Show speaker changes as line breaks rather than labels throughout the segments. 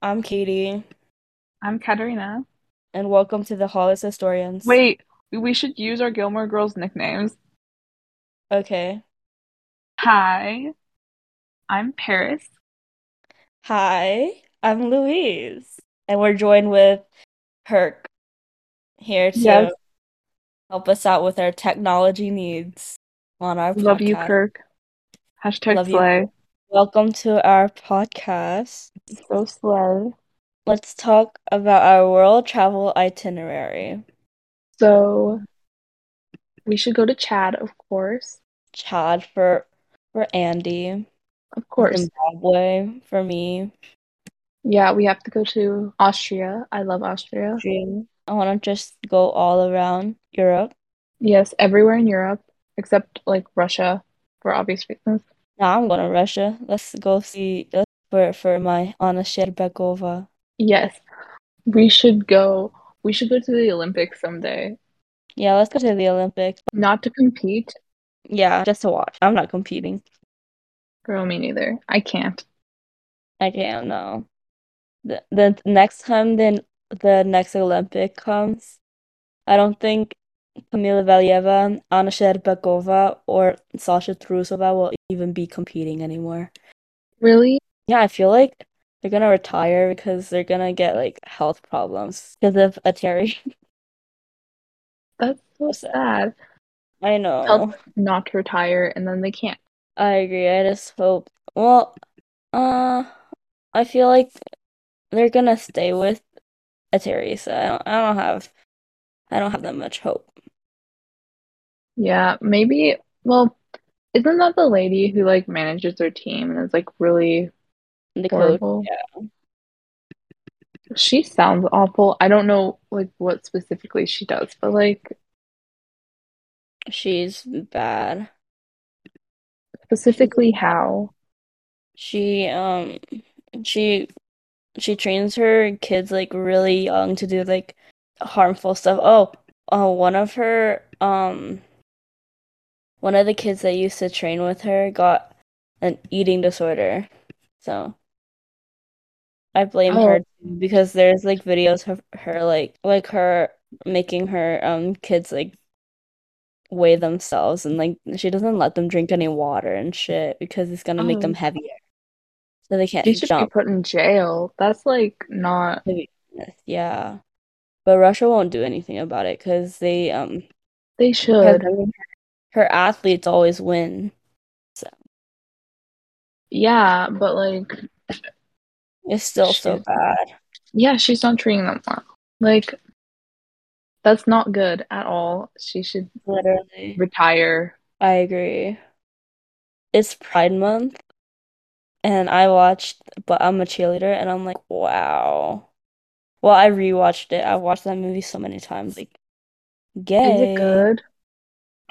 I'm Katie,
I'm Katerina.
and welcome to the Hollis Historians.
Wait, we should use our Gilmore Girls nicknames.
Okay.
Hi, I'm Paris.
Hi, I'm Louise, and we're joined with Kirk here to
Yes.
help us out with our technology needs on our
Love you,
podcast.
Kirk. Hashtag
Love you.
slay.
Welcome to our podcast.
So slay.
Let's talk about our world travel itinerary.
So we should go to Chad, of course.
Chad for for Andy,
Of course.
Zimbabwe for me.
Yeah, we have to go to Austria. I love Austria.
Dream. I want to just go all around Europe.
Yes, everywhere in Europe except like Russia for obvious reasons.
Now I'm going to Russia. Let's go see let's, for for my Anna Sherbakova.
Yes, we should go. We should go to the Olympics someday.
Yeah, let's go to the Olympics.
Not to compete.
Yeah, just to watch. I'm not competing.
Girl, me neither. I can't.
I can't. No. The the next time then the next Olympic comes, I don't think Kamila Valieva, Anna Sherbakova, or Sasha Trusova will even be competing anymore.
Really?
Yeah, I feel like they're gonna retire because they're gonna get like health problems because of a Terry.
That's so
What's that?
sad.
I
Tell
know.
them not to retire and then they can't.
I agree. I just hope. Well, uh, I feel like they're gonna stay with a Terry, so I don't, I don't have, I don't have that much hope.
Yeah, maybe. Well, isn't that the lady who like manages their team and is like really
The coach,
horrible?
oh, yeah,
She sounds awful. I don't know like what specifically she does, but like
she's bad. She's
specifically how.
she um she she trains her kids like really young to do like harmful stuff. Oh, uh, one of her um one of the kids that used to train with her got an eating disorder, so. I blame
Oh,
her too, because there's like videos of her like like her making her um kids like weigh themselves and like she doesn't let them drink any water and shit because it's gonna make them
oh,
heavier so they
she
can't
should be
jump.
put in jail. That's like not.
Heaviness. Yeah, but Russia won't do anything about it because they um
They
because
should.
I mean her athletes always win. So
Yeah, but like
it's still so
she's not.
bad.
Yeah, she's not treating them well. Like that's not good at all. She should
Literally,
retire.
I agree. It's Pride Month. And I watched, but I'm a cheerleader, and I'm like, wow. Well, I rewatched it. I watched that movie so many times. Like,
Is it
gay.
good?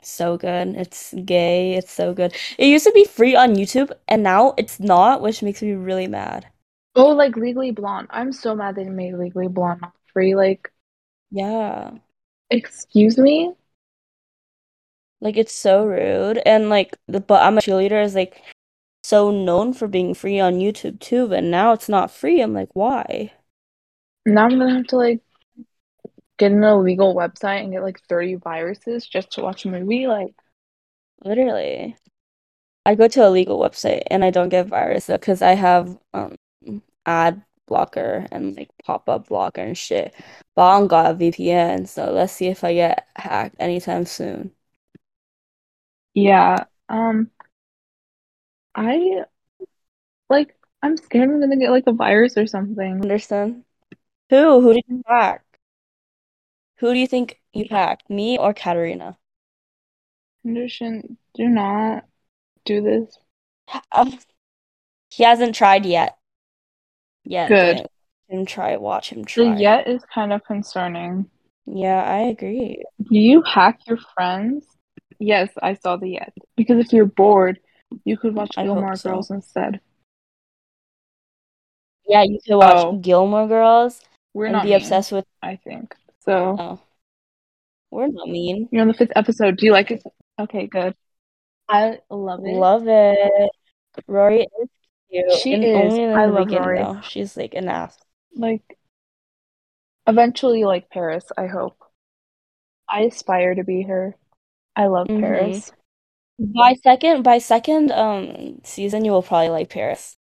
So good. It's gay. It's so good. It used to be free on YouTube, and now it's not, which makes me really mad.
Oh, like Legally Blonde. I'm so mad they made Legally Blonde not free. Like,
Yeah.
excuse me?
Like, it's so rude. And, like, the but I'm a cheerleader is, like, so known for being free on YouTube, too, but now it's not free. I'm like, why?
Now I'm gonna have to like get an illegal website and get like 30 viruses just to watch a movie. Like,
Literally. I go to a legal website and I don't get virus though, because I have um ad blocker and like pop-up blocker and shit. But I don't got a VPN, so let's see if I get hacked anytime soon.
yeah. Um, I like I'm scared I'm gonna get like a virus or something.
Understand? Who? Who did you hack? Who do you think you hacked? Me or Katerina?
Henderson, do not do this.
Um, he hasn't tried yet. Yet
Good.
didn't watch him try, watch him
The
try.
yet is kind of concerning.
Yeah, I agree.
Do you hack your friends? Yes, I saw the yet. Because if you're bored, you could watch
I hope
Gilmore
so.
Girls instead.
Yeah, you could watch
Oh,
Gilmore Girls
we're
and
not
be
mean,
obsessed with
I think. So,
oh. We're not mean.
you're on the fifth episode. Do you like it? Okay, good. I love it.
Love it. Rory is cute.
She
And
is.
only in
I
the
love
beginning
Rory.
though. She's like an ass.
Like, eventually, like Paris, I hope. I aspire to be her. I love
Mhm.
Paris.
By second by second um season you will probably like Paris.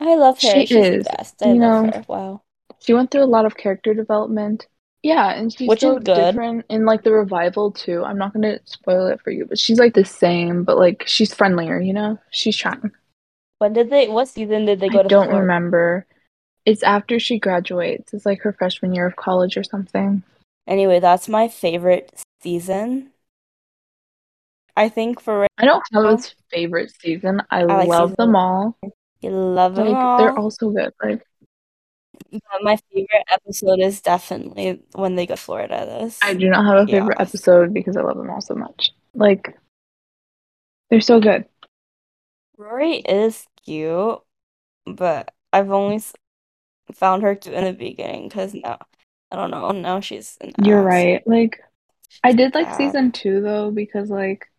I love
She
Paris. She's the
is,
best.
you
I love
know,
her. Wow.
She went through a lot of character development. Yeah, and she's
Which
so
is good.
different in like the revival too. I'm not gonna spoil it for you, but she's like the same, but like she's friendlier, you know? She's trying.
When did they what season did they
I
go to
don't
Florida?
remember. It's after she graduates. It's like her freshman year of college or something.
Anyway, that's my favorite season. I think for right
I don't have
now,
a favorite season. I
Oh. I like
love
season
them all.
You love them
Like they're
all.
all so good. Like
But my favorite episode is definitely when they go to Florida.
I
This,
do not have a favorite
yes.
episode because I love them all so much. Like they're so good.
Rory is cute, but I've only s- found her cute in the beginning because now, I don't know, now she's an
You're
ass.
right. Like I
She's
did like
bad.
season two though because like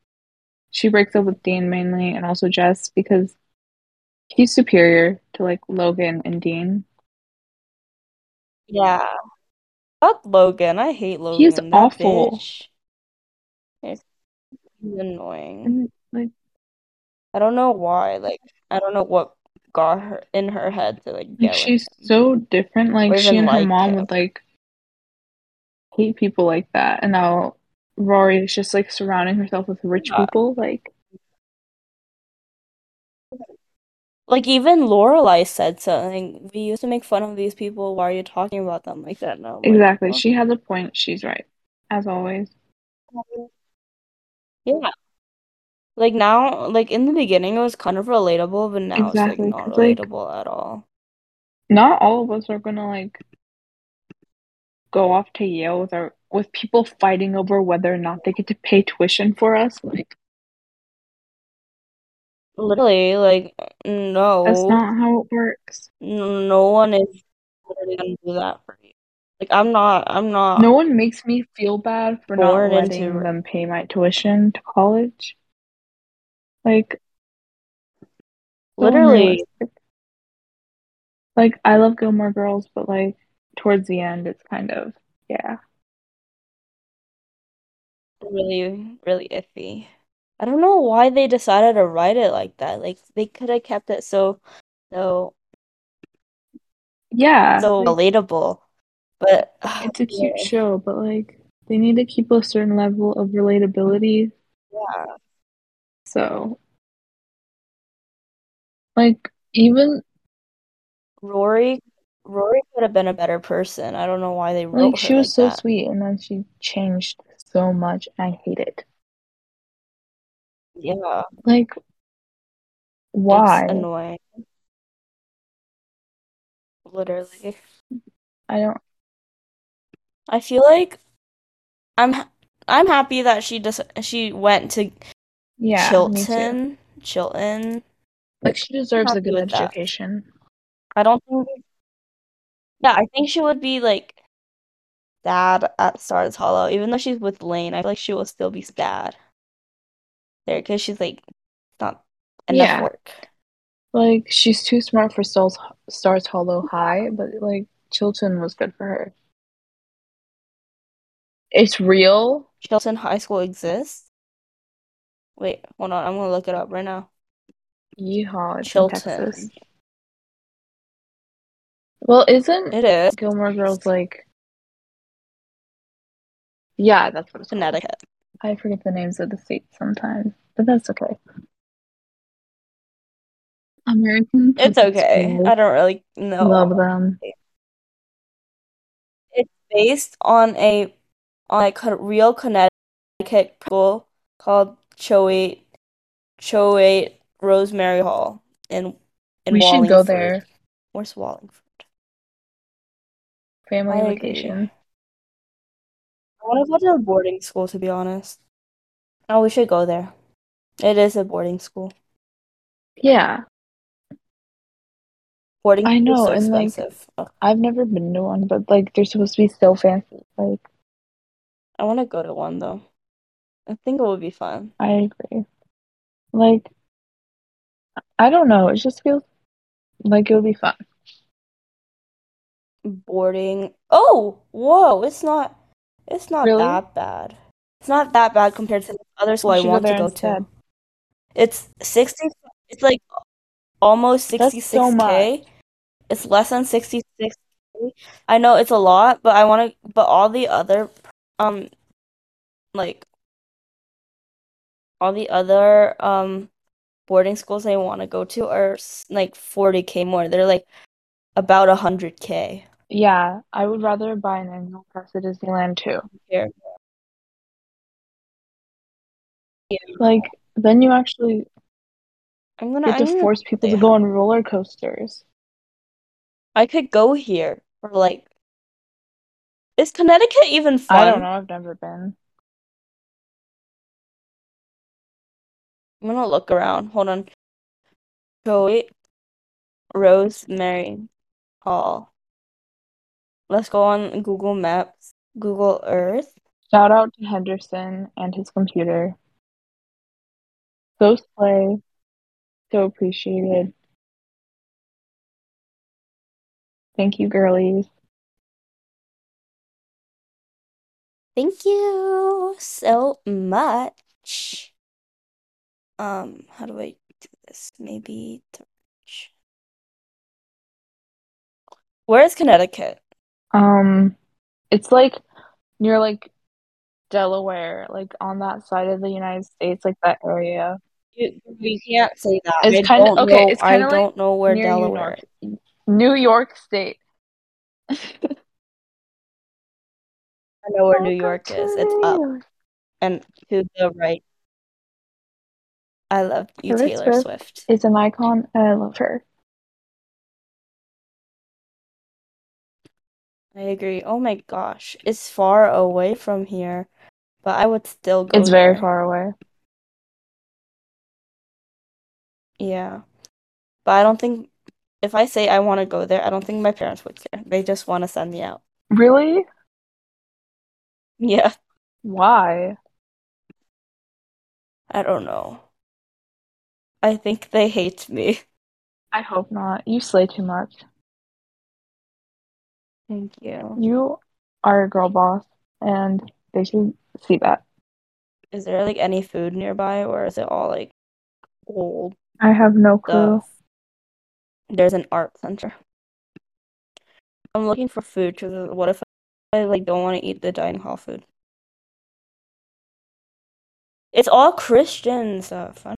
she breaks up with Dean mainly and also Jess because he's superior to like Logan and Dean.
Yeah. Fuck Logan. I hate
He's
Logan. That
awful.
bitch is annoying.
And like
I don't know why. Like, I don't know what got her in her head to like
like
get with
she's
him
so different.
or
Like she
even
and her
like
mom
him.
would like hate people like that. And now Rory is just like surrounding herself with rich
Yeah.
people. Like
Like even Lorelai said something. We used to make fun of these people. Why are you talking about them like that? And I'm like,
exactly.
well,
She has a point. She's right. As always.
yeah. Like now, like in the beginning, it was kind of relatable, but now it's like
Exactly.
not
Cause like
relatable at all.
not all of us are gonna like go off to Yale with our with people fighting over whether or not they get to pay tuition for us. Like
Literally, like
that's
no,
not how it works.
n- no one is literally gonna do that for you. Like I'm not, I'm
No
not
one makes me feel bad for not
born into
letting
r-
them pay my tuition to college. Like so
literally.
unrealistic. Like I love Gilmore Girls, but like towards the end it's kind of yeah.
really, really iffy. I don't know why they decided to write it like that. Like they could have kept it so, so,
Yeah,
so
like
relatable. But uh,
it's a cute
yeah,
show, but like they need to keep a certain level of relatability.
yeah,
So like even
Rory, Rory could have been a better person. I don't know why they
Like
wrote
she
her
was
like
so
that.
sweet, and then she changed so much. and I hate it.
Yeah,
Like,
it's
why?
annoying, literally.
I don't.
I feel like I'm, ha- I'm happy that she just she went to
Yeah, me too.
Chilton, Chilton.
Like she
I'm
deserves a
happy
good
with that.
education.
I don't think. Yeah, I think she would be like sad at Stars Hollow, even though she's with Lane. I feel like she will still be sad there because she's like not enough
Yeah,
work.
like she's too smart for Stars Stars Hollow High, but like Chilton was good for her. It's real.
Chilton High School exists. Wait, hold on. I'm gonna look it up right now.
Yeehaw! It's in Texas.
Chilton.
Well, isn't
It is
Gilmore Girls like? Yeah, that's what it's called.
Connecticut.
I forget the names of the states sometimes, but that's okay. American
It's
Public
okay. I
Schools.
don't really know.
Love them.
It's based on a on a co- real Connecticut school called Choate Choate Rosemary Hall in in
We should go
Wallingford.
there.
Where's Wallingford? I
Family
agree.
vacation.
I want to go to a boarding school, to be honest. Oh, we should go there. It is a boarding school.
Yeah,
Boarding
I
schools
know.
so
And like,
expensive. Ugh.
I've never been to one, but like, they're supposed to be so fancy. Like,
I want to go to one though. I think it would be fun.
I agree. Like, I don't know. It just feels like it would be fun.
Boarding. Oh, whoa, it's not it's not
Really?
that bad. It's not that bad compared to the other
You
school I
should go
want to
there
go to.
instead.
It's 60 it's like almost
That's so
66k. It's less than 66k. I know it's a lot, but I want to but all the other um like all the other um boarding schools I want to go to are s- like 40k more. They're like about 100k.
Yeah, I would rather buy an annual pass to Disneyland too.
Here.
Like, then you actually
I'm gonna,
get
I'm
to
gonna
force people to
Yeah.
go on roller coasters.
I could go here for like is Connecticut even fun?
I don't know. I've never been.
I'm gonna look around. Hold on. Choate Rosemary Hall. Let's go on Google Maps, Google Earth.
Shout out to Henderson and his computer. So slay. So appreciated. Thank you, girlies.
Thank you so much. Um, how do I do this? Maybe to reach. Where is Connecticut?
Um, it's like near like Delaware, like on that side of the United States, like that area.
You, you can't say that.
It's
I
kinda-
don't
okay,
know-
it's kinda
I
like
don't know where
near
Delaware is.
New York. New York State.
I know where New
Welcome
York
to
is. It's
New
up
York.
and to the right. I love you,
Taylor
Taylor
Swift.
Swift.
It's an icon, and I love her.
I agree. Oh my gosh, it's far away from here, but I would still go.
It's very
there.
far away.
Yeah, but I don't think if I say I want to go there, I don't think my parents would care. They just want to send me out.
Really?
Yeah,
Why?
I don't know. I think they hate me.
I hope not. You slay too much.
Thank you.
You are a girl boss, and they should see that.
Is there like any food nearby, or is it all like old?
I have no clue.
stuff. There's an art center. I'm looking for food because what if I like don't want to eat the dining hall food? It's all Christian stuff. I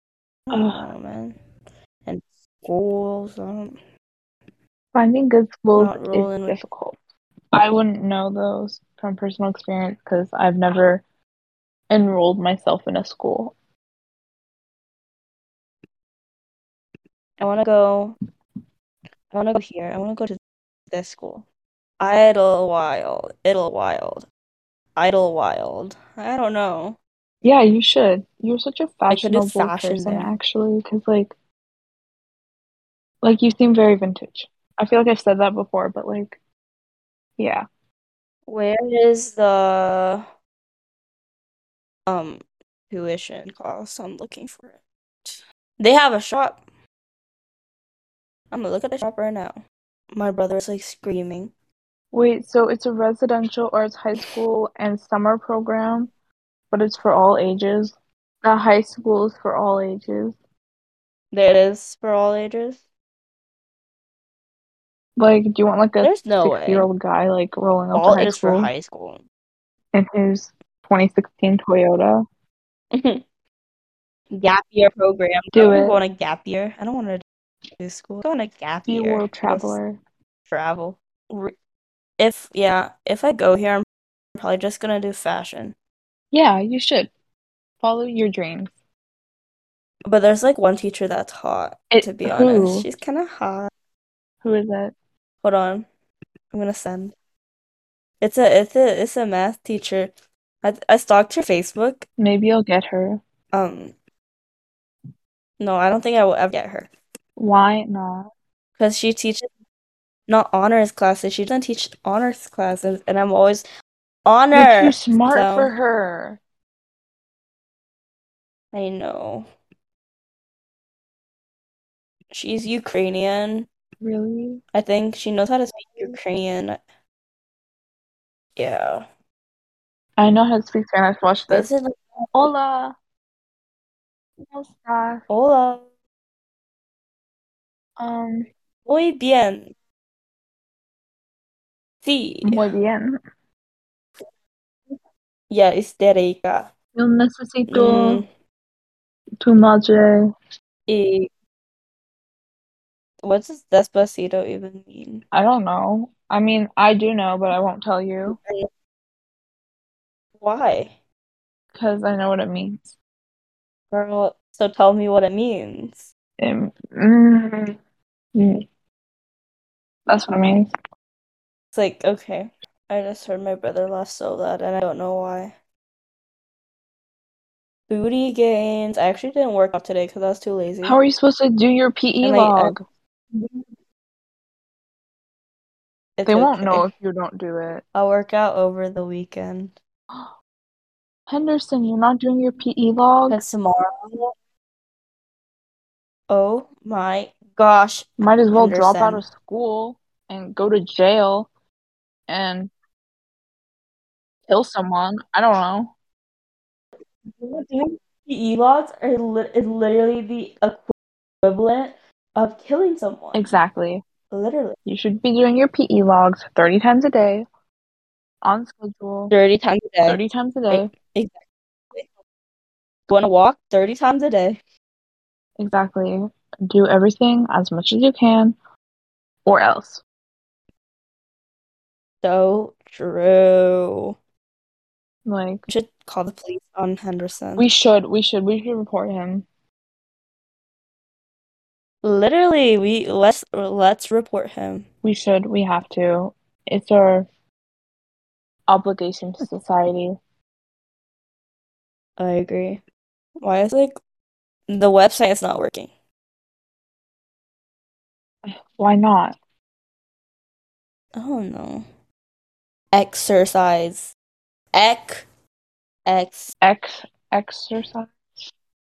don't
Ugh.
know, man. And schools. I don't...
Finding good schools
Not
is
rolling with-
difficult. I wouldn't know those from personal experience because I've never enrolled myself in a school.
I want to go. I want to go here. I want to go to this school. Idlewild. Idlewild. Idlewild. I don't know.
Yeah, you should. You're such a
I could do
fashionable
fashion
person,
there.
actually, because like, like you seem very vintage. I feel like I've said that before, but like, yeah.
Where is the um tuition cost? I'm looking for it. They have a shop. I'm gonna look at the shop right now. My brother is like screaming.
Wait, so it's a residential or it's high school and summer program, but it's for all ages. The high school is for all ages.
There it is for all ages.
Like, do you want like a
There's no way.
six-year-old guy like rolling up
All
to high
is for
school
high school.
in his 2016 Toyota?
Gap year program.
Do
I wanna
it.
Go on a gap year. I don't want to do school. Go on a gap
Be a
year.
world
Go
traveler.
travel. Re- If yeah, if I go here, I'm probably just gonna do fashion.
Yeah, you should. Follow your dreams.
But there's like one teacher that's hot.
It-
to be
who?
honest, she's kind of hot.
Who is it?
Hold on, I'm gonna send. It's a it's a it's a math teacher. I I stalked her Facebook.
Maybe I'll get her.
Um, no, I don't think I will ever get her
Why not?
because she teaches not honors classes. She doesn't teach honors classes, and I'm always
You're
honor.
too smart
So,
for her.
I know. She's Ukrainian.
Really?
I think she knows how to speak Ukrainian. Yeah.
I know how to speak Spanish. Watch this.
That's it. Like,
Hola. ¿Cómo estás?
hola.
Um,
Muy bien. Sí.
muy bien.
Yeah, histérica.
Yo necesito
Mm,
tu madre.
y what does despacito even mean?
I don't know. I mean, I do know, but I won't tell you
Why?
because I know what it means.
Girl, so tell me what it means.
Um, mm, mm. That's what it means.
It's like, okay, I just heard my brother laugh so loud and I don't know why. Booty gains. I actually didn't work out today because I was too lazy.
How are you supposed to do your PE
And, like, I-
log?
It's
They won't
okay.
know if you don't do it.
I'll work out over the weekend.
Henderson, you're not doing your PE log?
That's tomorrow. Oh my gosh.
Might as well drop out
Henderson.
of school and go to jail and kill someone. I don't know.
Doing PE logs are li- is literally the equivalent of killing someone.
Exactly.
Literally.
You should be doing your PE logs 30 times a day on schedule,
30 times a day.
30 times a day.
Going to walk 30 times a day.
Exactly. Do everything as much as you can or else.
So true.
Like,
We should call the police on Henderson.
we should, we should, we should report him.
Literally, we let's let's report him.
We should, we have to. It's our obligation to society.
I agree. Why is like the website is not working?
Why not?
Oh no. Exercise. Ec.
Ex exercise.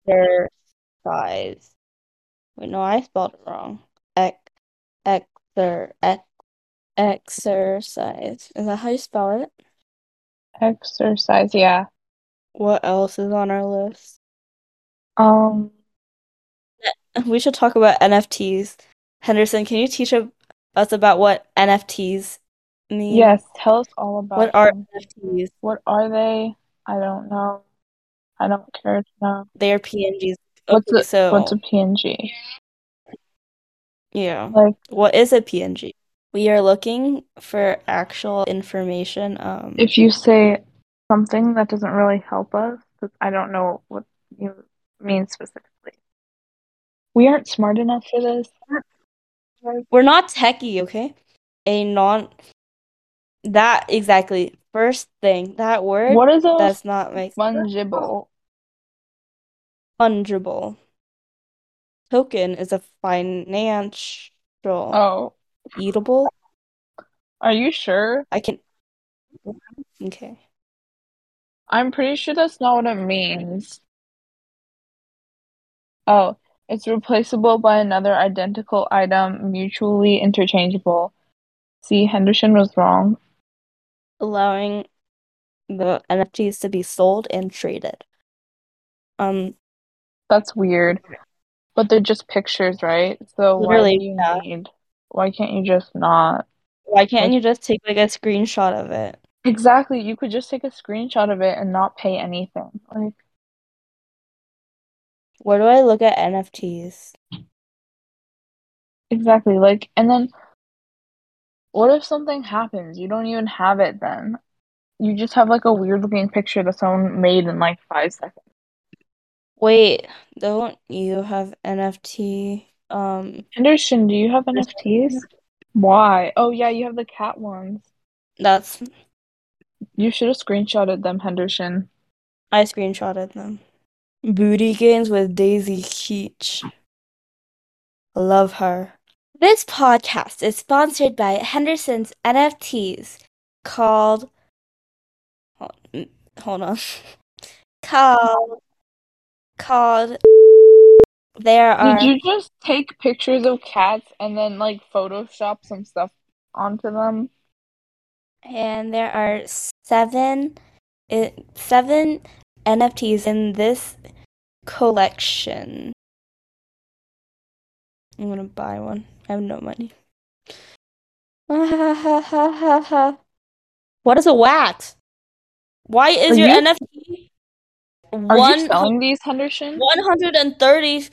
Exercise. Wait, no, I spelled it wrong. Ec. Exer. Ec. Exercise. Is that how you spell it?
Exercise, yeah.
What else is on our list?
Um,
We should talk about NFTs. Henderson, can you teach ab- us about what NFTs mean?
yes, tell us all about
What are
them.
NFTs?
What are they? I don't know. I don't care to know.
They are PNGs.
What's
Okay,
a
so
what's a PNG?
yeah.
Like
What is a PNG? We are looking for actual information. Um,
if you say something that doesn't really help us, 'cause I don't know what you mean specifically. We aren't smart enough for this.
we're not techie, okay? A non that exactly first thing that word
What is a
does not make
fungible?
fungible. Token is a financial
Oh,
eatable.
are you sure?
I can okay.
I'm pretty sure that's not what it means. Oh, it's replaceable by another identical item, mutually interchangeable. See, Henderson was wrong.
allowing the NFTs to be sold and traded. Um,
That's weird. But they're just pictures, right? So why do
Literally,
you
yeah.
need? Why can't you just not?
why can't you just take like a screenshot of it?
Exactly, you could just take a screenshot of it and not pay anything. Like,
Where do I look at NFTs?
exactly. Like, and then what if something happens? You don't even have it then. You just have like a weird looking picture that someone made in like five seconds.
Wait, don't you have NFT? Um,
Henderson, do you have NFTs? Why? Oh yeah, you have the cat ones.
that's
You should have screenshotted them, Henderson.
I screenshotted them. Booty games with Daisy Keach. Love her. This podcast is sponsored by Henderson's NFTs called. Hold hold on. Called. Called. There are
Did you just take pictures of cats and then like Photoshop some stuff onto them?
and there are seven i- seven NFTs in this collection. I'm gonna buy one. I have no money. What is a wax? Why
Are
is your
you-
NFT
Are
one
you selling these, Henderson?
one hundred and thirty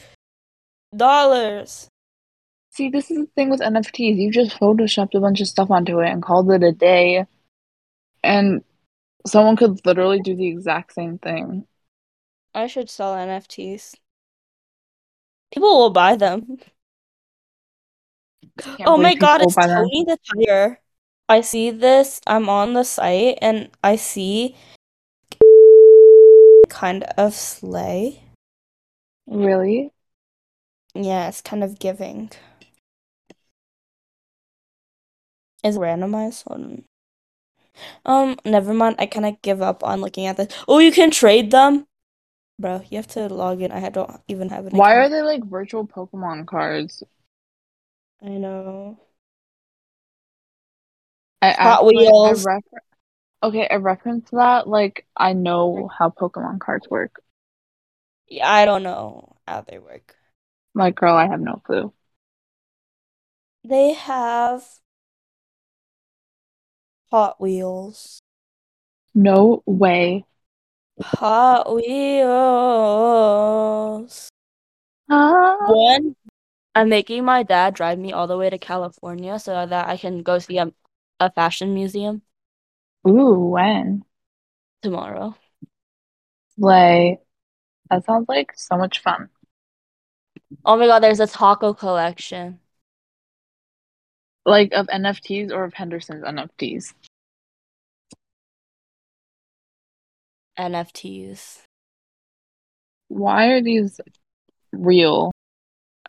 dollars?
See, this is the thing with NFTs. You just photoshopped a bunch of stuff onto it and called it a day. And someone could literally do the exact same thing.
I should sell NFTs. People will buy them. Oh my
believe
god,
people
it's
buy them.
Tony the Tiger. I see this. I'm on the site and I see kind of sleigh.
Really?
Yeah, it's kind of giving. Is it randomized? Hold on. Um, never mind. I kind of give up on looking at this. Oh, you can trade them, bro. You have to log in. I don't even have an.
Why are
account.
they like virtual Pokemon cards?
I know.
I
Hot
actually- I
Wheels.
refer- okay, I reference that. Like, I know how Pokemon cards work.
Yeah, I don't know how they work.
Like, girl, I have no clue.
They have Hot Wheels.
No way.
Hot Wheels.
Ah.
One, I'm making my dad drive me all the way to California so that I can go see a, a fashion museum
Ooh, when?
tomorrow.
Like, that sounds like so much fun.
Oh my god, there's a taco collection.
Like, of NFTs or of Henderson's NFTs?
NFTs.
Why are these real?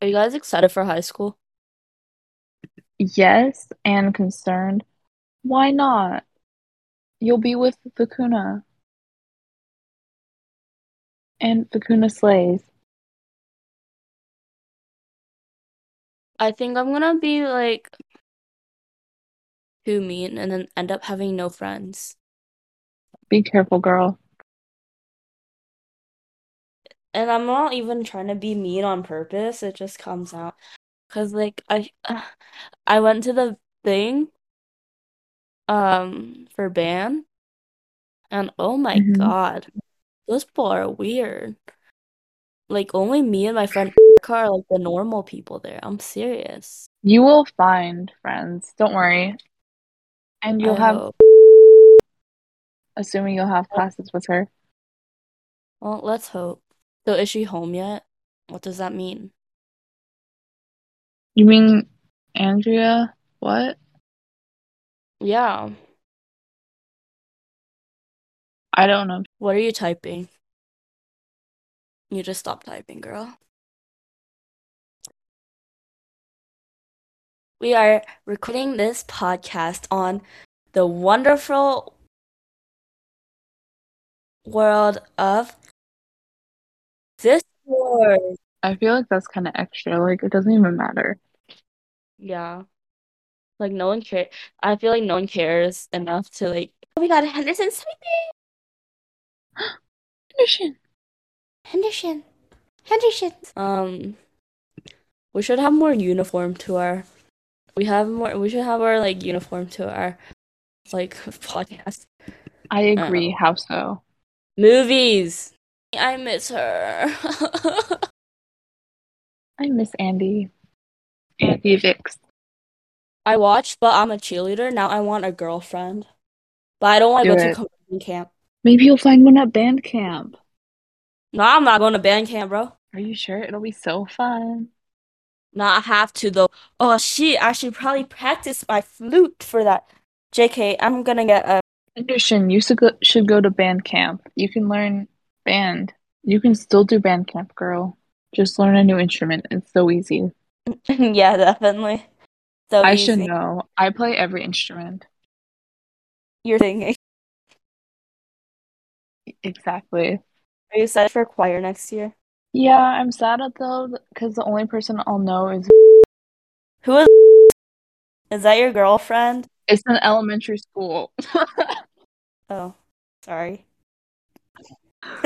Are you guys excited for high school?
Yes, and concerned. Why not? You'll be with Vakuna. And Vakuna slays.
I think I'm gonna be like too mean and then end up having no friends.
Be careful, girl.
And I'm not even trying to be mean on purpose, it just comes out. Cause like I I went to the thing um for band and oh my
Mhm.
god, those people are weird. Like only me and my friend are like the normal people there. I'm serious.
You will find friends. Don't worry. And you'll
I
have,
hope.
assuming you'll have classes with her.
Well, let's hope. So is she home yet? What does that mean?
You mean Andrea? What?
Yeah.
I don't know.
What are you typing? You just stop typing, girl. We are recording this podcast on the wonderful world of Discord.
I feel like that's kind of extra. Like, it doesn't even matter.
Yeah. Like no one cares. I feel like no one cares enough to like. Oh my God, Henderson sleeping.
Henderson.
Henderson. Henderson. Um, we should have more uniform to our. We have more. We should have our like uniform to our like podcast
I agree. How so?
movies. I miss her.
I miss Andy. Andy Vix.
I watched, but I'm a cheerleader now. I want a girlfriend, but I don't want to
Do
go
it.
to conversion camp.
Maybe you'll find one at band camp.
No, I'm not going to band camp, bro.
Are you sure? It'll be so fun.
No, I have to though. Oh shit, I should probably practice my flute for that. JK, I'm gonna get a.
Henderson, you should go, should go to band camp. You can learn band. You can still do band camp, girl. Just learn a new instrument. It's so easy.
Yeah, definitely. So
I
easy.
should know. I play every instrument.
You're singing.
Exactly.
Are you excited for choir next year?
Yeah, I'm sad at though because the only person I'll know is
Who is Is that your girlfriend?
it's an elementary school.
Oh, sorry.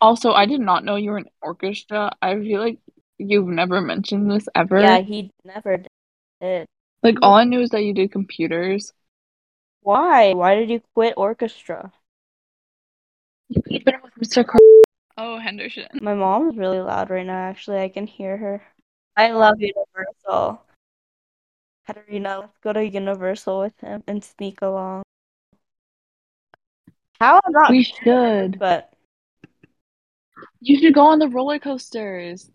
also, I did not know you were in orchestra. I feel like you've never mentioned this ever.
Yeah, he never did.
Like all I knew is that you did computers.
Why? Why did you quit orchestra?
You could have been with Mr. Car- oh, Henderson.
My mom's really loud right now, actually. I can hear her. I love Universal. Katerina, let's go to Universal with him and sneak along. How I'm not,
We should.
but
You should go on the roller coasters.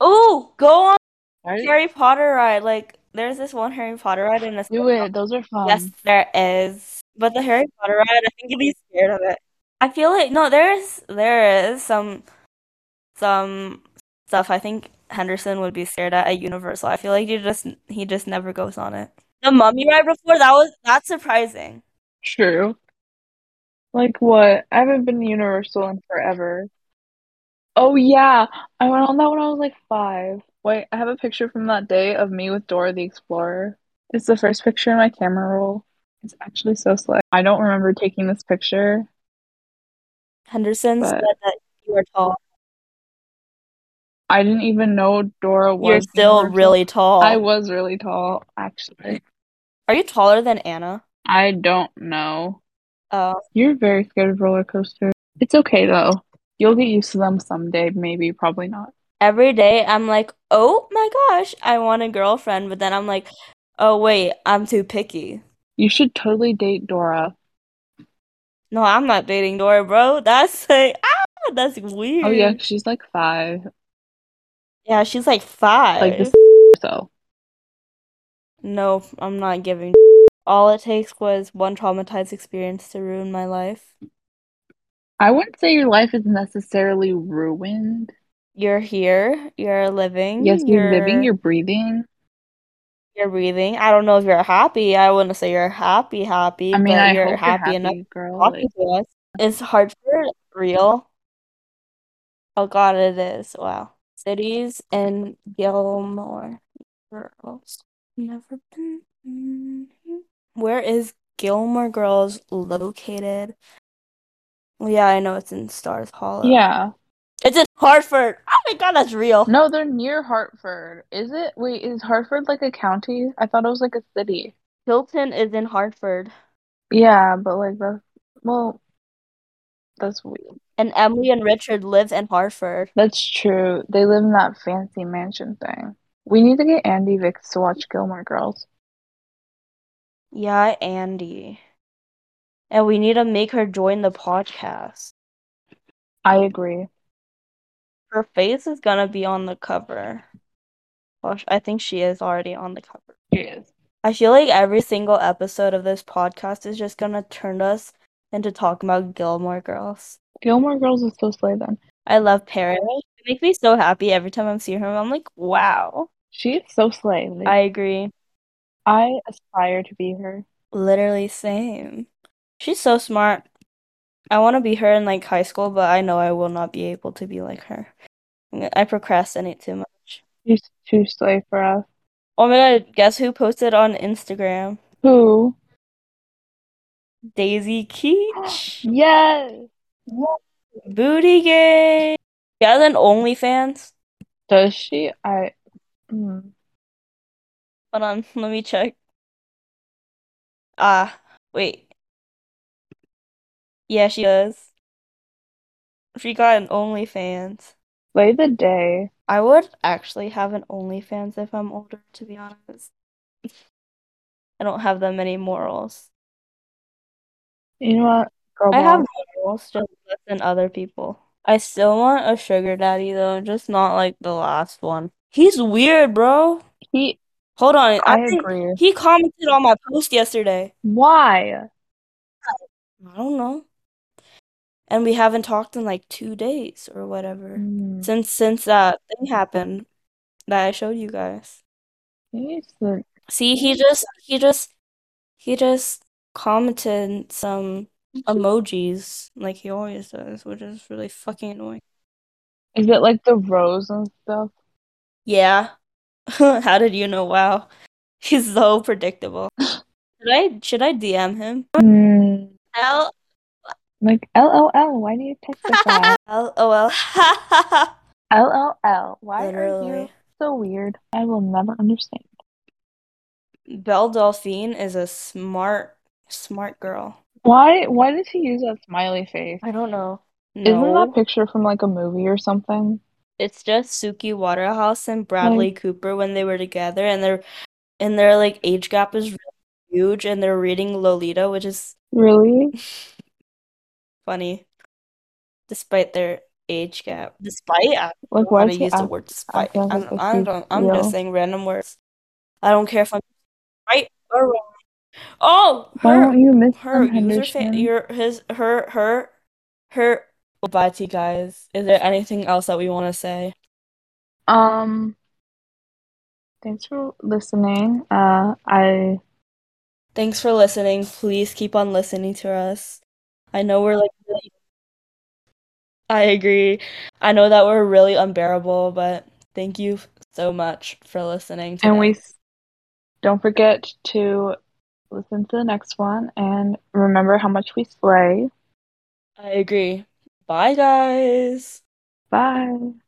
oh, go on
Right?
Harry Potter ride. Like, there's this one Harry Potter ride in a
Do it. Um, Those are fun.
Yes, there is. But the Harry Potter ride, I think you'd be scared of it. I feel like no, there is there is some some stuff I think Henderson would be scared at at Universal. I feel like you just he just never goes on it. The mummy ride before that was that's surprising.
True. Like what? I haven't been to Universal in forever. Oh yeah, I went on that when I was like five. Wait, I have a picture from that day of me with Dora the Explorer. It's the first picture in my camera roll. It's actually so slick. I don't remember taking this picture.
Henderson
But-
said that you were tall.
I didn't even know Dora was
You're still
Universal.
really tall.
I was really tall, actually.
Are you taller than Anna?
I don't know.
Oh,
You're very scared of roller coasters. It's okay though. You'll get used to them someday, maybe, probably not.
every day I'm like, oh my gosh, I want a girlfriend, but then I'm like, oh wait, I'm too picky.
You should totally date Dora.
No, I'm not dating Dora, bro. That's like, ah, that's weird.
Oh yeah, she's like five.
Yeah, she's like five.
Like this so.
No, I'm not giving. All it takes was one traumatized experience to ruin my life.
I wouldn't say your life is necessarily ruined.
You're here. You're living.
Yes, you're living,
You're
you're breathing.
you're breathing. I don't know if you're happy. I wouldn't say you're happy, happy,
I mean,
but
I
you're
hope
happy
you're
enough
happy, girl.
talking to us. Is Hartford real? Oh God, it is. Wow. Cities and Gilmore Girls. Never been. Mhm. Where is Gilmore Girls located? Well, Yeah, I know it's in Stars Hollow.
Like, yeah.
It's in Hartford. Oh my God, that's real.
No, they're near Hartford. Is it? Wait, is Hartford like a county? I thought it was like a city.
Hilton is in Hartford,
Yeah, but like that's well, that's weird.
and Emily and Richard live in Hartford.
That's true. They live in that fancy mansion thing. We need to get Andy Vix to watch Gilmore Girls.
Yeah, Andy. And we need to make her join the podcast.
I agree.
Her face is gonna be on the cover. Well, sh- I think she is already on the cover.
Yes.
I feel like every single episode of this podcast is just gonna turn us into talking about Gilmore Girls.
Gilmore Girls is so slay then.
I love Paris. It makes me so happy every time I'm seeing her. I'm like, wow.
She is so slay. Like,
I agree.
I aspire to be her.
Literally same. She's so smart. I want to be her in like high school, but I know I will not be able to be like her. I procrastinate too much.
She's too slay for us.
Oh my god, guess who posted on Instagram?
Who?
Daisy Keach.
Yes.
Booty game. She has an OnlyFans.
Does she? I. Hmm.
Hold on, let me check. Ah, wait. Yeah, she does. She got an OnlyFans.
Slay the day.
I would actually have an OnlyFans if I'm older, to be honest. I don't have that many morals.
You know what? Girl
I have
boss.
morals, just less than other people. I still want a sugar daddy though, just not like the last one. He's weird, bro.
He.
Hold on, I,
I
think
agree.
he commented on my post yesterday.
Why?
I don't know. And we haven't talked in like two days or whatever.
Hmm.
Since since that thing happened that I showed you guys.
He needs to-
See, he just he just he just commented some emojis like he always does, which is really fucking annoying.
Is it like the rose and stuff?
Yeah. How did you know? Wow. He's so predictable. Should I should I DM him?
Mm,
L
like LOL. Why do you text us that?
L O L.
LOL. Why are you
Literally.
so weird? I will never understand.
Belle Delphine is a smart smart girl.
Why? Why does he use that smiley face?
I don't know.
Isn't
No.
that picture from like a movie or something?
It's just Suki Waterhouse and Bradley Cooper when they were together, and their and their like age gap is really huge, and they're reading Lolita, which is
Really?
funny, despite their age gap. Despite I
Like
don't know
why
how to
is he
use the
act-
word despite.
acting
I
like
don't,
this
I
is
don't, I'm
real?
just saying random words. I don't care if I'm right or wrong. Oh,
Why
her,
won't you miss
her
them,
user fa
Henderson?
your his her her her. Bye to you guys. Is there anything else that we want to say?
Um, thanks for listening. Uh, I
Thanks for listening. Please keep on listening to us. I know we're like really, I agree. I know that we're really unbearable, but thank you so much for listening today.
and we s- don't forget to listen to the next one and remember how much we slay.
I agree. Bye guys.
Bye.